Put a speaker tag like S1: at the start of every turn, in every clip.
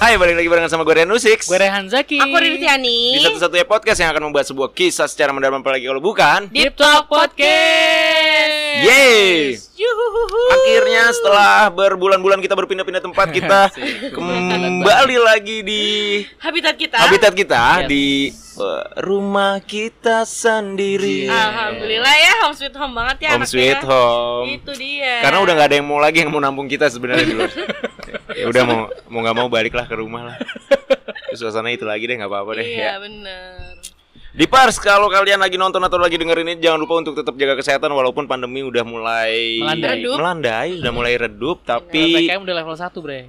S1: Hai, balik lagi bareng sama gue Renu Six
S2: Gue Rehan Zaki.
S3: Aku Riri Tiani.
S1: Di satu-satunya podcast yang akan membahas sebuah kisah secara mendalam apalagi kalau bukan
S2: Deep Talk Podcast.
S1: Yeay
S3: Yuhuhuhu.
S1: Akhirnya setelah berbulan-bulan kita berpindah-pindah tempat Kita kembali lagi di
S3: habitat kita.
S1: habitat kita
S2: Yes.
S1: Di eh, rumah kita sendiri
S2: Yeah.
S3: Alhamdulillah ya home sweet home banget ya
S1: Home
S3: anaknya
S1: sweet
S3: ya.
S1: home
S3: Itu dia.
S1: Karena udah nggak ada yang mau lagi yang mau nampung kita sebenarnya di luar. Ya udah mau mau nggak mau baliklah ke rumah lah. Suasana itu lagi deh nggak apa-apa deh.
S3: Iya,
S1: ya.
S3: bener
S1: Di Pars kalau kalian lagi nonton atau lagi denger ini jangan lupa untuk tetap jaga kesehatan walaupun pandemi udah mulai
S2: Melandai.
S3: Redup. Iya,
S1: melandai, udah mulai redup tapi
S2: PPKM udah level 1, Bre.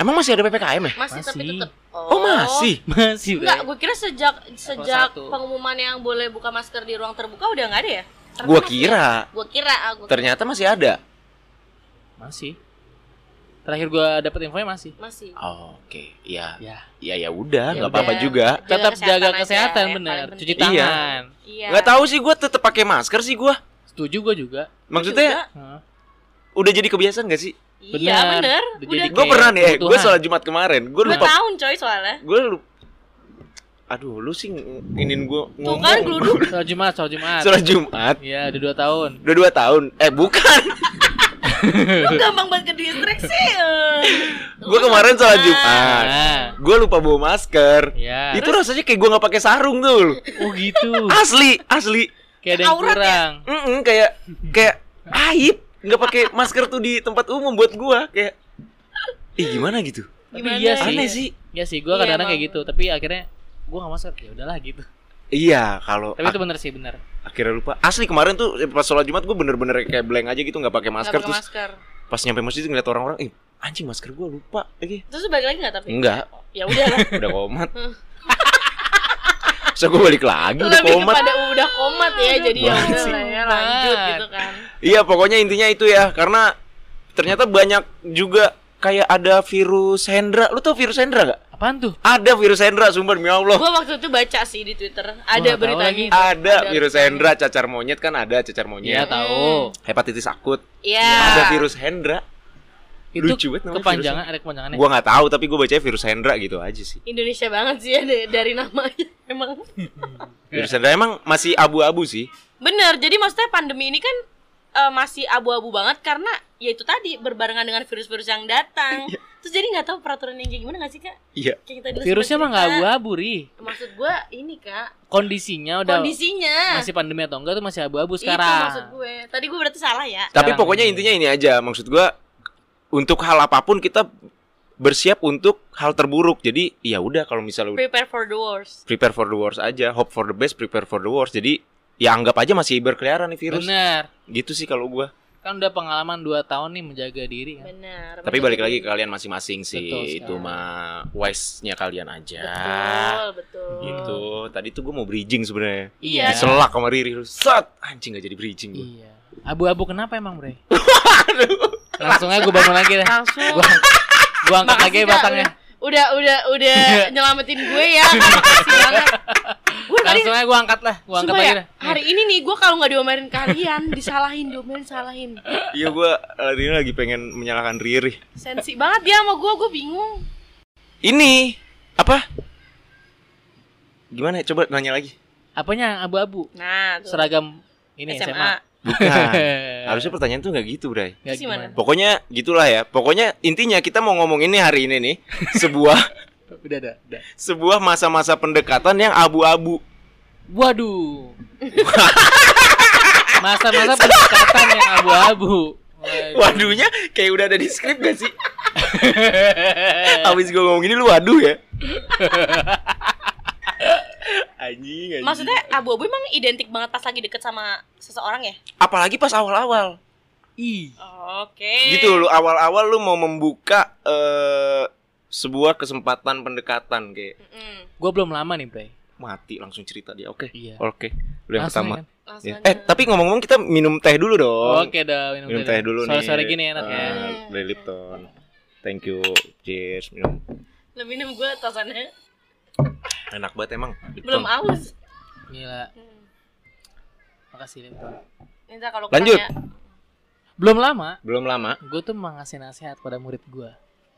S1: emang masih ada PPKM ya?
S3: Masih, tapi
S2: Masih.
S3: tetap.
S1: Oh, masih.
S2: Masih, Bre.
S3: Enggak, gue kira sejak sejak
S2: satu.
S3: pengumuman yang boleh buka masker di ruang terbuka udah nggak ada ya?
S1: Gua kira
S3: Gue kira, ah, gua kira
S1: ternyata masih ada.
S2: Masih. Terakhir gua dapet infonya masih.
S3: masih.
S1: Oke, iya.
S2: Ya.
S1: Ya ya udah,
S2: Ya
S1: nggak apa-apa
S3: udah.
S1: juga.
S2: Tetap jaga
S3: aja,
S2: kesehatan,
S3: yang
S2: bener.
S3: paling
S2: Cuci
S3: penting.
S1: Iya.
S2: tangan.
S3: Iya.
S1: Nggak tahu sih gua tetap pakai masker sih gua.
S2: Setuju gua juga.
S1: Maksudnya
S2: Hah.
S1: udah jadi kebiasaan gak sih?
S3: Iya,
S2: Bener.
S3: bener.
S2: Udah
S3: Udah
S2: jadi
S1: Gue
S2: Kayak
S1: pernah nih, gue
S2: kebutuhan.
S1: sholat Jumat kemarin, gue
S3: dua
S1: lupa
S3: tahun coy soalnya.
S1: gue lu aduh lu sih ng- ingin gue
S3: Tuh
S1: ngomong
S3: kan geluduk.
S2: Soal Jumat, soal Jumat.
S1: sholat Jumat
S2: Iya, udah 2 tahun.
S1: udah dua tahun eh bukan
S3: Lu gampang banget ke distrik sih. eh.
S1: gue kemarin sholat Jumat
S2: Nah.
S1: gue lupa bawa masker
S2: Ya.
S1: itu rasanya kayak gue nggak pakai sarung tuh
S2: Oh, gitu.
S1: asli asli
S2: Kayak ada yang
S3: Aurat ya?
S2: kurang.
S1: Mm-mm, kayak kayak aib nggak pakai masker tuh di tempat umum buat gue kayak ih gimana gitu
S2: Tapi
S3: Gimana
S2: iya
S3: ya?
S2: sih.
S1: aneh sih
S2: Iya sih, gua
S3: Iya,
S2: kadang-kadang kayak
S3: emang.
S2: gitu, tapi akhirnya gua gak masuk. Ya udahlah gitu.
S1: iya kalau
S2: Tapi itu bener sih, bener.
S1: ak- akhirnya lupa asli kemarin tuh eh, pas sholat Jumat gue bener-bener kayak blank aja gitu nggak pakai
S3: Nggak
S1: masker
S3: pakai
S1: terus
S3: masker.
S1: pas nyampe masjid ngeliat orang-orang eh anjing masker gue lupa lagi
S3: Terus lu balik lagi nggak tapi?
S1: enggak
S3: Ya udah lah.
S1: udah komat
S3: Hmm.
S1: so gue balik lagi udah
S3: Lebih
S1: komat
S3: kepada udah komat ya, jadi ya
S1: banget
S3: udah
S2: sih.
S3: lah ya lanjut
S2: Komat.
S3: gitu kan.
S1: iya pokoknya intinya itu ya karena ternyata banyak juga kayak ada virus Hendra lu tau virus Hendra gak
S2: Apaan tuh?
S1: ada virus Hendra sumpah demi Allah
S3: Gua waktu itu baca sih di Twitter, ada
S2: nggak tahu
S3: berita
S2: lagi.
S3: gitu.
S1: ada virus Hendra cacar monyet kan ada cacar
S2: Iya,
S1: monyet
S2: tahu.
S1: hepatitis akut
S3: Iya.
S1: ada virus Hendra
S2: Itu
S1: Lucu banget namanya
S2: kepanjangan, ada kepanjangannya.
S1: gua nggak tahu tapi gue bacanya virus Hendra gitu aja sih
S3: Indonesia banget sih ya dari, dari namanya emang.
S1: virus Hendra emang masih abu-abu sih
S3: Bener, jadi maksudnya pandemi ini kan eh, masih abu-abu banget karena ya itu tadi berbarengan dengan virus-virus yang datang. Terus jadi nggak tahu peraturan yang kayak gimana nggak sih kak?
S1: iya
S3: Kayak kita dulu
S2: Virusnya
S3: sempat
S2: mah nggak
S3: cerita.
S2: abu-abu, Ri.
S3: Maksud gua ini kak,
S2: Kondisinya udah
S3: kondisinya.
S2: masih pandemi atau enggak tuh masih abu-abu
S3: Itu maksud
S2: sekarang.
S3: gue. Tadi gue berarti salah ya.
S1: Tapi
S2: Sekarang
S1: pokoknya
S2: ini.
S1: intinya ini aja, maksud gua untuk hal apapun kita bersiap untuk hal terburuk. Jadi ya udah kalau misalnya udah
S3: Prepare for the worst.
S1: prepare for the worst aja, hope for the best, prepare for the worst. Jadi ya anggap aja masih berkeliaran nih virus.
S2: Bener.
S1: Gitu sih kalau gua.
S2: Kan udah pengalaman 2 tahun nih menjaga diri kan.
S3: Benar.
S1: Tapi balik lagi ke kalian masing-masing sih.
S2: Betul
S1: Itu
S2: sekali.
S1: mah wise-nya kalian
S2: Ya.
S1: aja.
S3: Betul, betul.
S1: Gitu. Tadi tuh gua mau bridging sebenarnya.
S3: Iya.
S1: Diselak sama Riri. Set, anjing gak jadi bridging gua.
S2: Ya. Iya. Abu-abu kenapa emang, Bre? Langsung aja gue bangun lagi deh.
S3: Langsung.
S2: Gua gua angkat
S3: Makasih,
S2: lagi
S3: Kak,
S2: batangnya.
S3: Udah, udah, udah nyelamatin gue ya. Kak. Makasih banget. Gue tadi
S2: Langsung aja gue angkat lah, gue angkat
S3: Sumpah
S2: lagi
S3: ya,
S2: deh.
S3: hari ini nih gue kalau nggak diomelin kalian disalahin diomelin salahin
S1: Iya gua hari ini lagi pengen menyalahkan Riri.
S3: sensi banget dia sama gue gue bingung
S1: ini apa gimana ya? coba nanya lagi
S2: Apanya yang abu-abu?
S3: nah tuh.
S2: Seragam ini SMA.
S1: bukan harusnya pertanyaan tuh nggak gitu Bray
S2: Nggak
S3: Terus gimana?
S2: gimana?
S1: pokoknya gitulah ya pokoknya intinya kita mau ngomong ini hari ini nih sebuah
S2: Udah, udah, udah.
S1: sebuah masa-masa pendekatan yang abu-abu
S2: Waduh. Masa-masa pendekatan yang abu-abu. Waduh.
S1: waduhnya kayak udah ada di skrip gak sih abis gue ngomong ini lu waduh ya anjing anjing
S3: maksudnya abu-abu emang identik banget pas lagi deket sama seseorang ya
S1: apalagi pas awal-awal
S2: Ih.
S3: oke
S1: gitu lu awal-awal lu mau membuka eh, sebuah kesempatan pendekatan kayak
S3: Mm-mm.
S2: Gue belum lama nih, Bray.
S1: mati langsung cerita dia oke
S2: Iya.
S1: oke lu Oh, yang
S2: Langsung
S1: pertama
S2: ya kan?
S3: Langsung
S1: Iya.
S3: aja.
S1: eh tapi ngomong-ngomong kita minum teh dulu dong
S2: Oke dah, minum,
S1: minum teh dulu nih
S2: Sore-sore gini enak ya.
S1: Ah, dari Lipton thank you cheers minum
S3: Lu minum gue tosannya
S1: enak banget emang Lipton
S3: belum ah. aus
S2: Gila,
S3: Hmm.
S2: makasih Lipton.
S3: Nanti kalau
S1: Lanjut.
S3: kurang ya.
S2: Belum lama,
S1: belum lama
S2: gue tuh mengasih nasihat pada murid gue.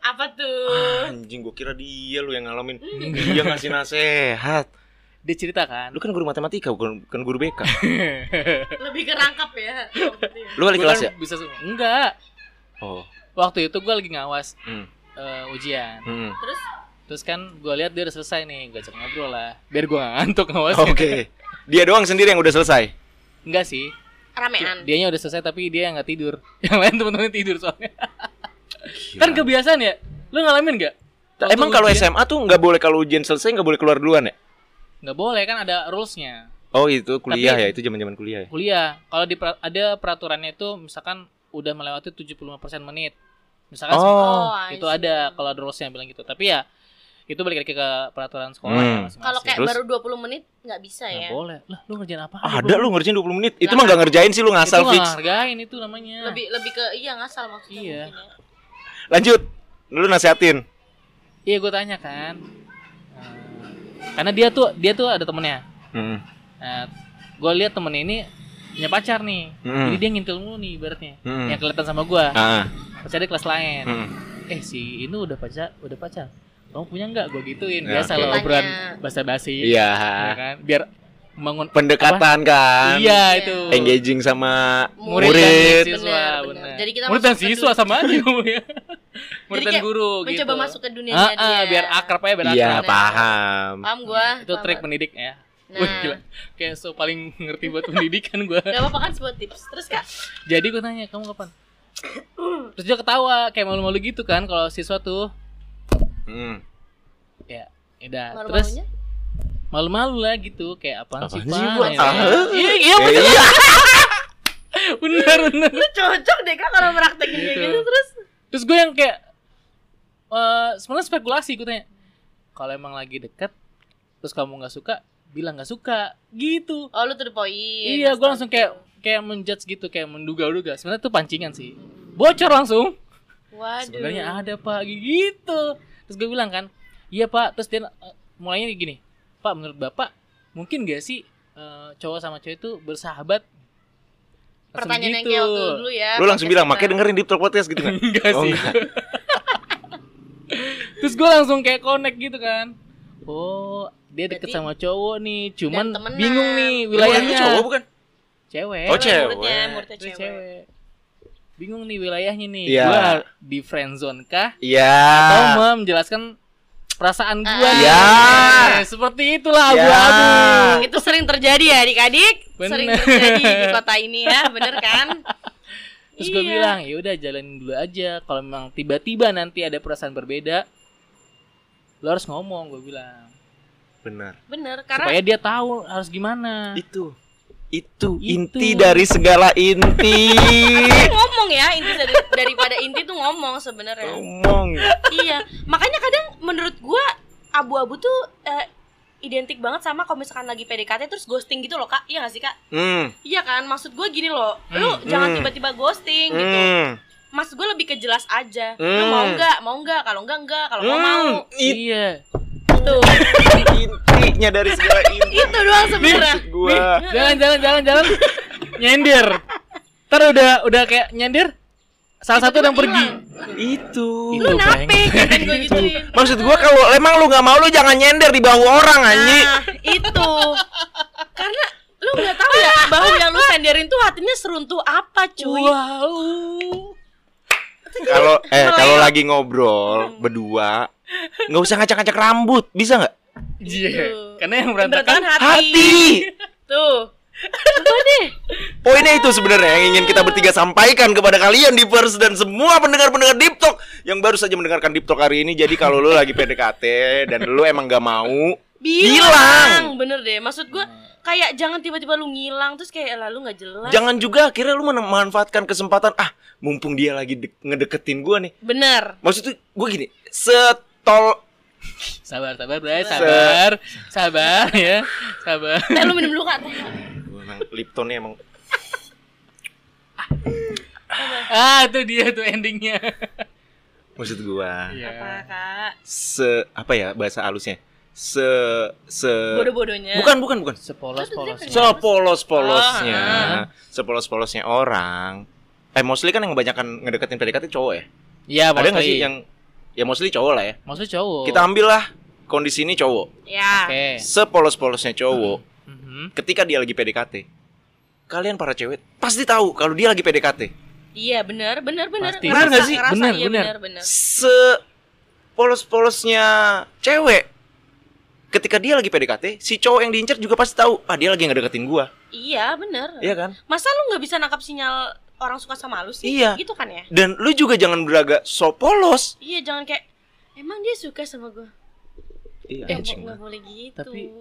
S3: Apa tuh?
S1: Anjing gua kira dia lu yang ngalamin.
S2: Enggak.
S1: Dia ngasih nasehat.
S2: Dia cerita kan.
S1: Lu kan guru matematika bukan, bukan guru BK.
S3: Lebih kerangkap ya. maksudnya.
S1: Lu balik
S2: Gua
S1: kelas ya?
S2: kan Bisa semua. Enggak.
S1: Oh.
S2: Waktu itu gue lagi ngawas
S1: Hmm.
S2: eh, ujian.
S1: Hmm.
S3: Terus
S2: Terus kan gue lihat dia udah selesai nih. Gue ajak ngobrol lah. Biar gue ngantuk ngawas.
S1: Oke. Dia doang sendiri yang udah selesai.
S2: Enggak sih.
S3: ramean.
S2: Hmm. Dianya udah selesai tapi dia nggak tidur. Yang lain temen-temen tidur soalnya.
S1: Gila.
S2: kan kebiasaan ya. Lu ngalamin nggak?
S1: Ta-
S2: Waktu
S1: Emang kalau
S2: ujian-
S1: SMA tuh nggak boleh kalau ujian selesai nggak boleh keluar duluan ya?
S2: nggak boleh kan ada rulesnya.
S1: Oh itu kuliah
S2: Tapi-
S1: ya, itu zaman-zaman kuliah ya.
S2: kuliah kalau di pra- ada peraturannya itu misalkan udah melewati 75% menit misalkan
S1: Oh.
S3: Ah, I
S2: itu
S3: see.
S2: ada kalau ada rules yang bilang gitu tapi ya itu balik lagi ke peraturan sekolah ya
S1: Hmm.
S2: masing-masing.
S3: Kalau kayak
S1: Terus?
S3: baru 20 menit nggak bisa
S2: nggak
S3: ya.
S2: boleh lah lu ngerjain apa
S1: Ah, Ada lu ngerjain 20 menit. Itu
S3: Lah.
S1: mah nggak ngerjain sih lu ngasal
S2: Nah, itu
S1: fix.
S2: hargain itu namanya
S3: Lebih lebih ke iya ngasal maksudnya.
S2: Iya.
S3: mungkin ya.
S1: Lanjut. Lu nasihatin.
S2: iya gue tanya kan Eh, karena dia tuh dia tuh ada temennya
S1: Hmm.
S2: nah, gue lihat temen ini punya pacar nih
S1: Hmm.
S2: jadi dia ngintil mulu nih ibaratnya
S1: Hmm.
S2: yang kelihatan sama gue
S1: Ah.
S2: pacarnya kelas lain
S1: Hmm.
S2: eh si Inu udah pacar udah pacar kamu punya nggak gue gituin
S1: Ya,
S2: biasa
S1: oke.
S2: lo obrolan
S3: Tanya.
S2: basa basi
S1: Iya.
S2: kan biar bangun
S1: Pendekatan kan.
S2: iya
S3: Iya.
S2: itu
S1: Engaging sama
S2: murid, gitu,
S1: murid.
S2: dan siswa
S3: Benar,
S2: benar.
S3: benar. Jadi kita
S2: murid dan
S3: masuk ke
S2: siswa
S3: dunia-
S2: sama aja ngomong ya murid dan
S3: kayak
S2: guru gitu
S3: Mencoba masuk ke dunia
S2: Ah, ah,
S3: dia.
S2: biar akrab aja biar
S1: Iya
S2: akrab
S1: paham.
S3: Paham gua?
S2: itu
S3: Paham
S2: trik
S3: gua.
S2: pendidik ya
S3: Nah.
S2: Wih, gila. kayak so paling ngerti buat pendidikan gue
S3: Gak apa-apa kan sebuah tips. Terus Kak,
S2: jadi gue tanya kamu kapan terus dia ketawa kayak malu-malu gitu kan kalau siswa tuh
S1: Hmm.
S2: ya udah terus
S3: malu-malunya?
S2: malu-malu lah gitu kayak apaan,
S1: Apaan
S2: sih
S1: sih,
S2: Pan?
S1: Bu?
S2: Ya,
S1: Ah.
S2: iya iya
S1: Eh,
S2: bener
S1: Iya.
S2: bener bener
S3: Lu cocok deh Kak kalau praktekin kayak
S2: Gitu.
S3: gitu terus.
S2: terus gue yang kayak eh sebenarnya spekulasi gue tanya kalau emang lagi deket terus kamu nggak suka bilang nggak suka gitu
S3: Oh, lu to the point.
S2: iya gue langsung kayak kayak menjudge gitu kayak menduga-duga sebenarnya tuh pancingan sih bocor langsung
S3: gitu. Waduh.
S2: sebenarnya ah, ada pak gitu terus gue bilang kan iya pak terus dia eh, mulainya kayak gini pak menurut bapak mungkin gak sih eh, cowok sama cowok itu bersahabat Langsung
S3: pertanyaan yang
S2: gitu.
S3: kayak waktu dulu ya.
S1: Lu langsung
S3: podcast
S1: bilang,
S3: kita.
S1: makanya dengerin di Talk Podcast gitu kan?
S2: enggak
S1: Oh,
S2: Iya sih
S1: enggak.
S2: terus gue langsung kayak connect gitu kan oh dia deket
S3: Berarti-
S2: sama cowok nih cuman
S3: Dan temenan.
S2: bingung nih
S1: Lu
S2: wilayahnya
S1: cowok bukan?
S2: cewek
S1: Oh, cewek.
S3: Muridnya, muridnya
S2: Terus
S3: cewek.
S2: cewek bingung nih wilayahnya nih
S1: Iya.
S2: gua di friendzone kah
S1: Iya.
S2: atau mau menjelaskan perasaan gua
S3: Ah.
S2: nih
S1: Iya.
S2: Eh, seperti itulah
S1: Iya.
S2: abu-abu
S3: Itu sering terjadi ya adik-adik.
S2: Bener.
S3: Sering terjadi di kota ini ya, bener kan?
S2: terus gue
S3: Iya.
S2: bilang ya udah jalanin dulu aja kalau memang tiba-tiba nanti ada perasaan berbeda lo harus ngomong gue bilang
S1: Benar.
S3: Bener, karena
S2: supaya dia tahu harus gimana
S1: Itu. Itu
S2: Itu.
S1: inti dari segala inti.
S3: Dia ngomong ya inti dari- daripada inti tuh ngomong sebenarnya
S1: Ngomong.
S3: iya makanya kadang menurut gua abu-abu tuh eh, identik banget sama kalau misalkan lagi PDKT terus ghosting gitu loh kak iya gak sih kak
S1: Hmm.
S3: iya kan maksud gua gini loh lu jangan
S1: Hmm.
S3: tiba-tiba ghosting gitu
S1: Hmm.
S3: maksud gua lebih ke jelas aja lu
S1: Hmm.
S3: mau nggak mau nggak kalau nggak nggak kalau mau mau
S1: Hmm. Itu
S2: iya
S3: tuh
S1: intinya dari segala inti.
S3: itu doang sebenarnya
S1: Maksud gua.
S2: jalan jalan jalan jalan nyendir ntar udah udah kayak nyendir salah
S3: kan
S2: satu yang pergi
S1: Itu.
S2: Itu
S3: lu nape
S2: brengsek.
S3: kan gua gituin
S1: Maksud gua kalau emang lu nggak mau lu jangan nyender di bahu orang anji.
S3: Nah, itu. Karena lu nggak tahu ya bahu yang lu senderin tuh hatinya seruntuh apa, cuy.
S2: wow
S1: Kalau eh
S3: Meleleh.
S1: kalau lagi ngobrol berdua nggak usah ngacak-ngacak rambut, bisa nggak?
S2: Iya,
S3: Gitu.
S2: karena yang
S3: Yang berantakan
S2: berantakan
S3: hati.
S1: Hati.
S3: Tuh.
S1: Poinnya itu sebenarnya yang ingin kita bertiga sampaikan kepada kalian di Pers dan semua pendengar-pendengar Deep Talk yang baru saja mendengarkan Deep Talk hari ini. Jadi kalau lu lagi PDKT dan lu emang nggak mau,
S3: Bilang.
S1: Bilang.
S3: Bener deh. Maksud gua kayak jangan tiba-tiba lu ngilang terus kayak lalu nggak jelas.
S1: jangan juga akhirnya lu memanfaatkan kesempatan ah mumpung dia lagi de- ngedeketin gua nih.
S3: Bener.
S1: Maksudnya gua gini, setol
S2: sabar sabar bray sabar sabar ya sabar
S3: Teh lu minum dulu Kak.
S1: Gua emang Liptonnya emang
S2: ah itu dia tuh endingnya
S1: maksud gua
S2: Iya.
S3: Apa, Kak?
S1: Iya. se apa ya bahasa halusnya se se
S3: Bodoh-bodohnya.
S1: bukan bukan bukan
S2: sepolos polos
S1: sepolos polosnya
S2: Ah.
S1: sepolos polosnya orang eh mostly kan yang kebanyakan ngedeketin PDKT cowok ya
S2: Iya,
S1: ada nggak sih
S2: mostly.
S1: yang ya mostly cowok lah ya
S2: maksud cowok
S1: kita ambil lah kondisi ini cowok
S3: Ya.
S2: oke
S1: sepolos-polosnya cowok
S2: Mhm.
S1: ketika dia lagi PDKT kalian para cewek pasti tahu kalau dia lagi PDKT
S3: Iya, benar, benar, benar.
S2: Pasti.
S1: Benar nggak sih?
S3: Ngerasa,
S2: Benar,
S3: iya,
S2: benar.
S3: benar, benar.
S1: se polos-polosnya cewek ketika dia lagi PDKT si cowok yang diincar juga pasti tahu ah dia lagi ngedeketin gua
S3: Iya, benar.
S1: iya kan
S3: Masa lu nggak bisa nangkap sinyal orang suka sama lu sih?
S1: Iya.
S3: Gitu kan ya?
S1: dan lu juga jangan berlagak so polos
S3: Iya, jangan kayak emang dia suka sama gua.
S1: iya
S2: Eh,
S3: Nggak
S1: anjing
S3: bo-
S1: lah.
S3: nggak boleh gitu.
S2: Tapi-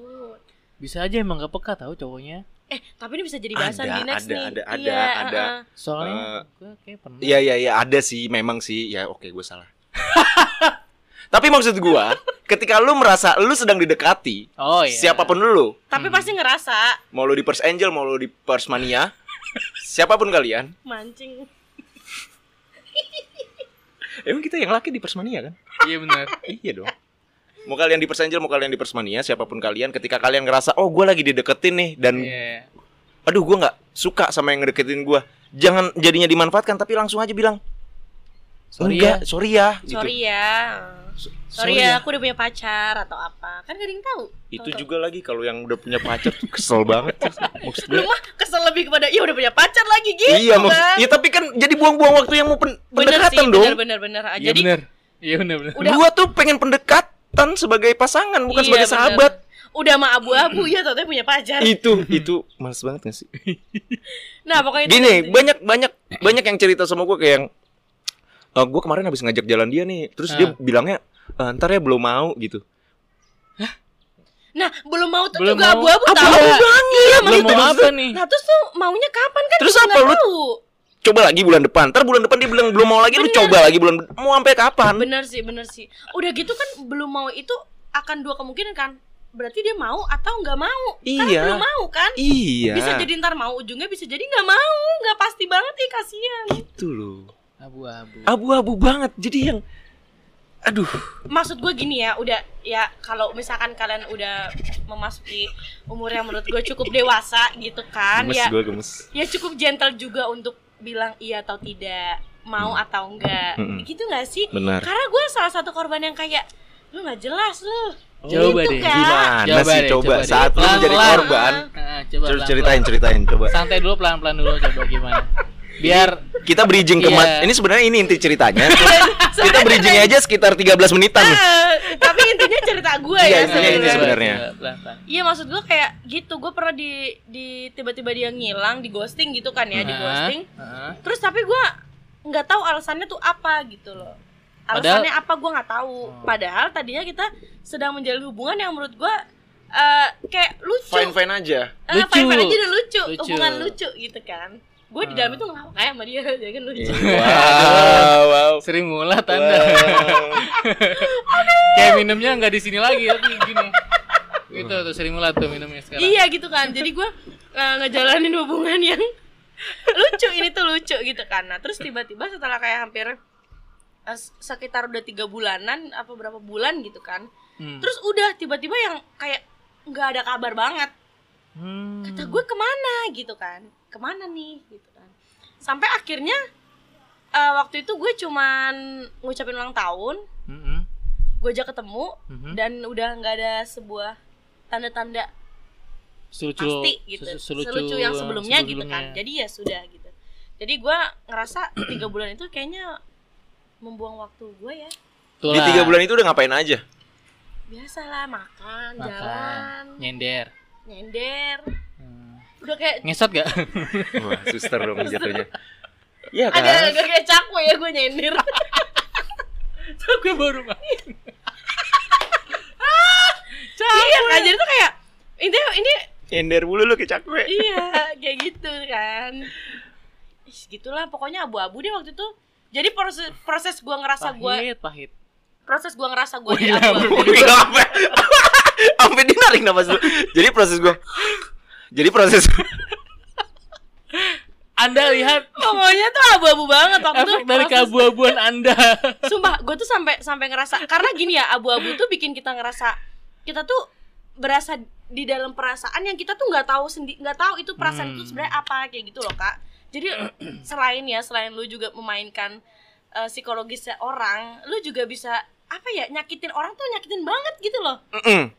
S2: bisa aja emang gak peka tahu cowoknya
S3: eh, tapi ini bisa jadi bahasan
S1: Ada,
S3: di next
S1: ada,
S3: nih.
S1: ada, ada,
S3: iya,
S1: ada.
S3: uh-uh.
S2: soalnya gue kayak pernah
S1: iya iya iya ada sih memang sih ya oke gua salah tapi maksud gua ketika lu merasa lu sedang didekati
S2: oh iya
S1: siapapun lu
S3: Tapi
S2: Hmm.
S3: pasti ngerasa
S1: mau lu di Pers Angel mau lu di Pers Mania siapapun kalian
S3: mancing.
S1: emang kita yang laki di Pers Mania kan
S2: iya benar
S1: Iya dong. Mau kalian di Persangel, mau kalian di Persmania, siapapun kalian, ketika kalian ngerasa, oh gue lagi dideketin nih, dan
S2: iya
S1: aduh gue nggak suka sama yang ngedeketin gue, jangan jadinya dimanfaatkan, tapi langsung aja bilang,
S2: Sorry
S1: enggak, sorry ya, gitu.
S3: Sorry ya.
S1: So-
S3: Sorry, ya, aku udah punya pacar atau apa. Kan gak ada yang tahu.
S1: Itu
S3: Tahu-tahu.
S1: juga lagi kalau yang udah punya pacar tuh kesel banget. Maksud
S3: Lu
S1: gue-
S3: mah kesel lebih kepada iya udah punya pacar lagi gitu.
S1: iya, maksud,
S3: kan.
S1: ya tapi kan jadi buang-buang waktu yang mau pen-
S3: Bener sih,
S1: pendekatan dong.
S3: bener bener bener. Ah,
S2: iya
S3: Jadi
S2: benar iya benar benar
S3: Udah.
S1: Gue tuh pengen pendekatan sebagai pasangan, bukan
S3: iya,
S1: sebagai
S3: bener.
S1: sahabat.
S3: Udah mah abu-abu ya tau punya pacar.
S1: Itu, itu males banget gak sih?
S3: Nah, pokoknya itu
S1: gini
S3: tadi.
S1: banyak banyak banyak yang cerita sama gue kayak yang "Eh, gue kemarin habis ngajak jalan dia nih terus dia
S2: Ah.
S1: bilangnya "Eh, ntar ya belum mau gitu
S3: Nah, belum mau tuh
S2: Belum
S3: juga
S2: mau.
S3: abu-abu
S1: Ah,
S3: tahu. Iya,
S1: belum banget
S2: Belum
S1: gitu.
S2: mau apa nih
S3: Nah, terus tuh maunya kapan kan?
S1: Terus
S3: kita
S1: apa
S3: nggak
S1: lu?
S3: tahu.
S1: coba lagi bulan depan ntar bulan depan dia bilang belum mau lagi lu
S3: Bener.
S1: coba lagi bulan mau sampai kapan
S3: Bener sih, bener sih. Udah gitu kan belum mau itu akan dua kemungkinan kan. Berarti dia mau atau nggak mau? Karena
S1: Iya.
S3: belum mau kan?
S1: iya
S3: Bisa jadi ntar mau ujungnya bisa jadi nggak mau, nggak pasti banget ih kasihan.
S1: itu gitu loh
S2: abu-abu
S1: abu-abu banget jadi yang aduh
S3: Maksud gue gini ya, udah ya kalau misalkan kalian udah memasuki umur yang menurut gue cukup dewasa gitu kan,
S1: gemes
S3: ya
S1: gue gemes
S3: ya cukup gentle juga untuk bilang iya atau tidak mau atau enggak
S1: Mm-mm.
S3: gitu nggak sih
S1: benar
S3: karena gue salah satu korban yang kayak lu nggak jelas lu
S2: Coba
S3: gitu
S2: deh.
S3: kan.
S1: gimana
S2: Coba
S1: sih coba,
S2: deh, coba deh.
S1: saat lu
S2: Pelan-pelan.
S1: menjadi korban
S2: Ah, coba
S1: cer-
S2: pelan-pelan.
S1: ceritain Iya, ceritain coba
S2: santai dulu pelan-pelan dulu coba gimana biar
S1: kita bridging ke
S2: Iya.
S1: mat- ini sebenarnya ini inti ceritanya kita
S3: Sebenarnya-
S1: bridging aja sekitar 13 menitan
S3: Eh, tapi intinya cerita gue
S1: Iya,
S3: ya
S1: intinya ini
S3: sebenarnya.
S1: sebenarnya.
S2: Coba Ah, pelan-pelan.
S3: Iya maksud gue kayak gitu gue pernah di di tiba-tiba dia ngilang di ghosting gitu kan ya di
S2: Ah,
S3: ghosting
S2: ah.
S3: terus tapi gue nggak tahu alasannya tuh apa gitu loh
S2: Padahal-
S3: alasannya apa gue nggak tahu
S2: Oh.
S3: padahal tadinya kita sedang menjalin hubungan yang menurut gue eh, kayak lucu
S1: fine fine aja
S3: Ah,
S2: Lucu.
S3: fine-fine aja udah lucu.
S2: Lucu.
S3: hubungan lucu gitu kan gue di
S2: Ah.
S3: dalam itu ngelawak kayak sama dia jadi kan lucu
S1: Iya. Wow, wow.
S2: sering mulat anda kayak minumnya nggak di sini lagi tapi gini gitu tuh sering mulat tuh minumnya sekarang
S3: iya gitu kan jadi gue eh, ngejalanin hubungan yang lucu ini tuh lucu gitu kan nah terus tiba-tiba setelah kayak hampir eh, sekitar udah tiga bulanan apa berapa bulan gitu kan
S2: Hmm.
S3: terus udah tiba-tiba yang kayak nggak ada kabar banget
S2: Hmm.
S3: kata gue kemana gitu kan kemana nih gitu kan sampai akhirnya eh, waktu itu gue cuman ngucapin ulang tahun
S2: Mm-mm.
S3: gue ajak ketemu
S2: Mhm.
S3: dan udah nggak ada sebuah tanda-tanda
S2: selucu
S3: pasti gitu
S2: se-
S3: selucu, yang sebelumnya, gitu kan
S2: sebelumnya.
S3: jadi ya sudah gitu jadi gue ngerasa tiga bulan itu kayaknya membuang waktu gue ya
S2: Tuh
S1: Di
S2: lah,
S1: tiga bulan itu udah ngapain aja?
S3: biasalah makan,
S2: makan,
S3: jalan
S2: nyender
S3: nyender
S2: Hmm.
S3: udah kayak
S2: ngesot gak
S1: Wah, suster dong jatuhnya. Iya kan?
S3: agak agak kayak cakwe ya gue nyender
S2: gue baru makan
S3: iya kan jadi tuh kayak ini ini
S1: Ender bulu lu kayak cakwe.
S3: iya kayak gitu kan Ih, gitulah pokoknya abu-abu deh waktu itu jadi proses proses gue ngerasa gue
S2: pahit pahit
S3: proses gue ngerasa gue di
S2: Wih,
S3: Oh, iya, abu-abu
S1: Udah sampai sampai dia narik nafas dulu. Jadi proses gua Jadi proses
S2: anda lihat
S3: pokoknya tuh abu-abu banget waktu itu
S2: efek dari
S3: proses-
S2: keabu-abuan anda
S3: sumpah gue tuh sampai sampai ngerasa karena gini ya abu-abu tuh bikin kita ngerasa kita tuh berasa di dalam perasaan yang kita tuh nggak tahu sendi nggak tahu itu
S2: Hmm.
S3: perasaan itu sebenarnya apa kayak gitu loh kak jadi selain ya selain lu juga memainkan eh, psikologisnya orang lu juga bisa apa ya nyakitin orang tuh nyakitin banget gitu loh
S1: Mm-mm.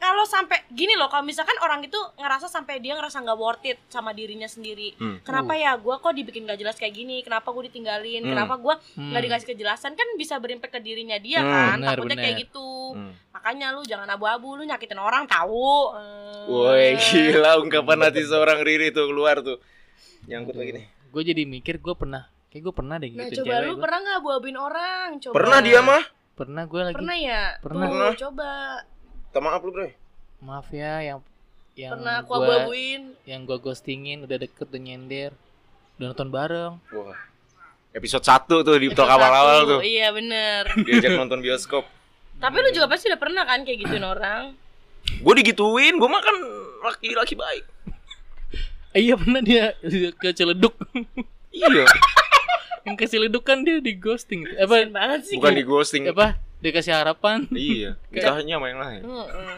S3: kalau sampai gini loh kalau misalkan orang itu ngerasa sampai dia ngerasa nggak worth it sama dirinya sendiri
S1: Hmm.
S3: kenapa ya gue kok dibikin gak jelas kayak gini kenapa gue ditinggalin
S1: Hmm.
S3: kenapa gue
S2: Hmm.
S3: nggak dikasih kejelasan kan bisa berimpak ke dirinya dia
S1: Hmm.
S3: kan
S2: Benar,
S3: takutnya kayak
S2: benar. Hmm.
S3: gitu
S1: Mm.
S3: makanya lu jangan abu-abu lu nyakitin orang tahu Eh.
S1: Woi gila ungkapan hati seorang Riri tuh keluar tuh Nyangkut lagi nih
S2: Gue jadi mikir gue pernah kayak gue pernah deh gitu
S3: nah coba lu
S2: gua.
S3: pernah nggak abu-abuin orang coba
S1: Pernah dia mah
S2: pernah gue lagi
S3: pernah ya
S2: Pernah.
S3: Tuh,
S1: Pernah.
S3: coba
S1: Minta maaf lu bro
S2: maaf ya yang yang
S3: pernah aku
S2: gua-
S3: abu-abuin
S2: yang gue ghostingin udah deket udah nyender udah nonton bareng
S1: Wah Episode 1 tuh di talk
S3: Episode
S1: awal-awal
S3: satu.
S1: tuh
S3: iya bener
S1: Diajak nonton bioskop
S3: tapi lu juga pasti udah pernah kan kayak gituin orang
S1: Gue digituin, gue mah kan laki-laki baik
S2: eh, iya pernah dia ke Ciledug
S1: Iya
S2: yang ke Ciledug kan dia di ghosting
S3: Kasian
S2: apa
S3: banget sih
S1: Bukan di ghosting
S2: apa dikasih harapan
S1: Iya Nikahnya sama yang lain
S3: Heeh.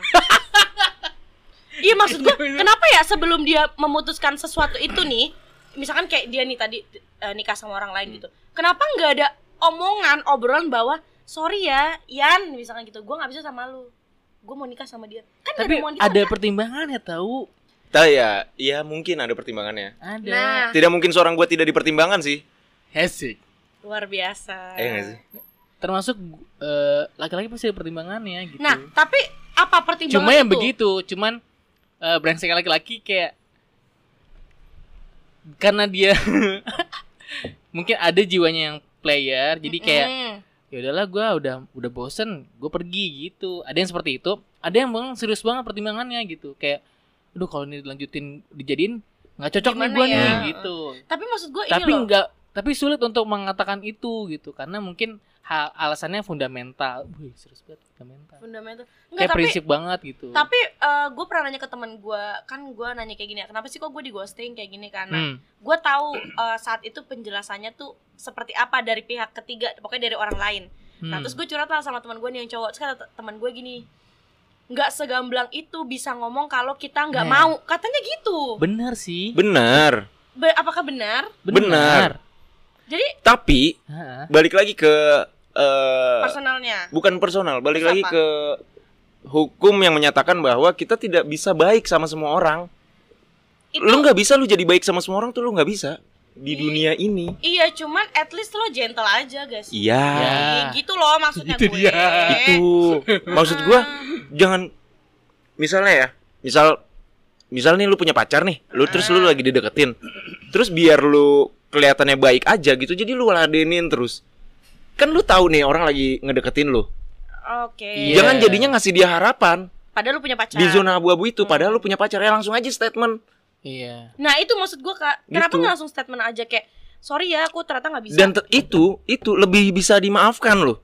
S3: Iya maksud gue kenapa ya sebelum dia memutuskan sesuatu itu nih misalkan kayak dia nih tadi eh, nikah sama orang lain gitu kenapa nggak ada omongan obrolan bahwa sorry ya Yan misalkan gitu gue nggak bisa sama lu gue mau nikah sama dia kan nggak ada
S2: tapi
S3: omongan gitu
S2: ada pertimbangannya tahu
S1: Tahu ya, iya mungkin ada pertimbangannya
S3: nah
S2: ada
S1: Tidak mungkin seorang gue tidak dipertimbangkan sih
S2: hesik
S3: luar biasa
S2: Iya
S1: Eh nggak sih?
S2: termasuk eh, laki-laki pasti ada pertimbangannya gitu
S3: nah tapi apa pertimbangan
S2: cuma yang
S3: itu?
S2: begitu cuman eh, brengsek laki-laki kayak karena dia mungkin ada jiwanya yang player jadi kayak
S3: Mm.
S2: ya udahlah gue udah udah bosen gue pergi gitu ada yang seperti itu ada yang bang serius banget pertimbangannya gitu kayak aduh kalau ini dilanjutin dijadiin nggak cocok nih
S3: Gimana Iya
S2: gue nih
S1: ya?
S2: gitu
S3: tapi maksud gue ini
S2: tapi
S3: loh
S2: nggak tapi sulit untuk mengatakan itu gitu karena mungkin hal alasannya fundamental Wih, serius banget fundamental
S3: fundamental Nggak,
S2: kayak
S3: tapi
S2: prinsip banget gitu
S3: tapi gue pernah nanya ke teman gue kan gue nanya kayak gini ya kenapa sih kok gue di ghosting kayak gini karena
S2: Hmm,
S3: gue tahu eh, saat itu penjelasannya tuh seperti apa dari pihak ketiga pokoknya dari orang lain nah
S2: hmm.
S3: terus gue curhat lah sama teman gue nih yang cowok terus kata te- teman gue gini nggak segamblang itu bisa ngomong kalau kita nggak
S1: Hmm.
S2: Nah.
S3: mau katanya gitu
S2: bener sih
S1: Benar
S3: Be- apakah benar
S1: Benar.
S3: jadi
S1: Tapi
S2: Heeh.
S1: balik lagi ke eh
S3: personalnya
S1: bukan personal balik
S3: Terus
S1: lagi
S3: apa?
S1: ke hukum yang menyatakan bahwa kita tidak bisa baik sama semua orang
S3: itu
S1: lu nggak bisa lu jadi baik sama semua orang tuh lu nggak bisa di dunia ini
S3: iya cuman at least lo gentle aja guys
S1: iya
S3: Iya, gitu loh maksudnya
S2: Itu
S3: gue
S2: dia.
S1: itu maksud gua jangan misalnya ya misal misal nih lu punya pacar nih lu terus lu lagi dideketin terus biar lu kelihatannya baik aja gitu jadi lu ladenin terus kan lu tahu nih orang lagi ngedeketin lu
S3: oke
S2: Iya.
S1: jangan jadinya ngasih dia harapan
S3: padahal lu punya pacar
S1: di zona abu-abu itu padahal lu punya pacar ya langsung aja statement
S2: iya
S3: Nah itu maksud gue kak, kenapa
S1: Gitu.
S3: nggak langsung statement aja kayak sorry ya aku ternyata nggak bisa.
S1: dan te- itu itu lebih bisa dimaafkan loh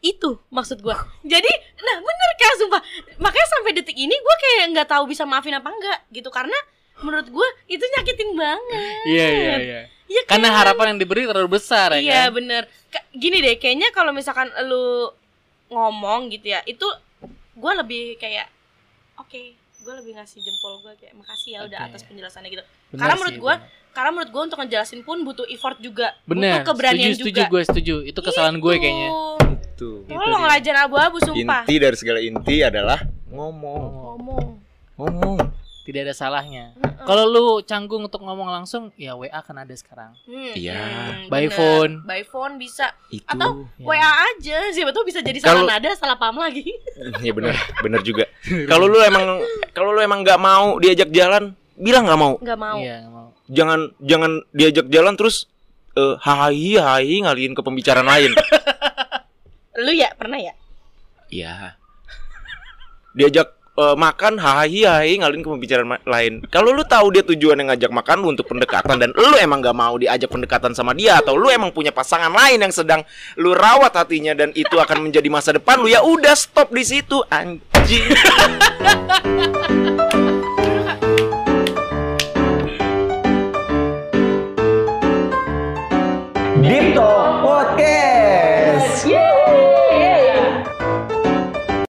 S3: itu maksud gue. Jadi, nah bener kak sumpah. Makanya sampai detik ini gue kayak nggak tahu bisa maafin apa enggak gitu karena menurut gue itu nyakitin banget.
S2: iya iya iya
S3: Iya kan?
S2: karena harapan yang diberi terlalu besar ya
S3: Iya
S2: kan?
S3: bener. Ka- Gini deh, kayaknya kalau misalkan lu ngomong gitu ya, itu gue lebih kayak oke, gue lebih ngasih jempol gue kayak makasih ya udah
S2: Oke.
S3: atas penjelasannya gitu.
S2: Benar
S3: Karena
S2: sih,
S3: menurut gue,
S2: benar.
S3: karena menurut gue untuk ngejelasin pun butuh effort juga,
S2: bener
S3: butuh
S2: setuju,
S3: keberanian juga.
S2: setuju gue setuju itu kesalahan gue
S3: Gitu.
S2: kayaknya Gitu
S1: itu
S3: Tolong rajin abu-abu sumpah.
S1: inti dari segala inti adalah ngomong
S2: Oh,
S3: Ngomong.
S1: ngomong
S2: tidak ada salahnya
S3: Mm-mm.
S2: kalau lu canggung untuk ngomong langsung ya wa kan ada sekarang
S3: Hmm,
S1: Iya.
S3: hmm,
S2: By
S3: bener.
S2: phone.
S3: By phone bisa.
S1: itu
S3: Atau-
S2: Ya.
S3: WA aja, siapa tuh bisa jadi
S1: Kalau-
S3: salah nada, salah paham lagi.
S1: Iya benar, benar juga.
S2: Iya.
S1: Kalau lu emang kalau lu emang nggak mau diajak jalan, bilang nggak mau.
S3: Nggak mau.
S2: iya nggak mau
S1: Jangan jangan diajak jalan terus eh hai hai ngalihin ke pembicaraan lain.
S3: Lu ya pernah ya?
S1: Iya. diajak eh, makan hai hai ngalihin ke pembicaraan ma- lain. Kalau lu tahu dia tujuannya ngajak makan lu untuk pendekatan dan lu emang nggak mau diajak pendekatan sama dia atau lu emang punya pasangan lain yang sedang lu rawat hatinya dan itu akan menjadi masa depan lu ya udah stop di situ anjing.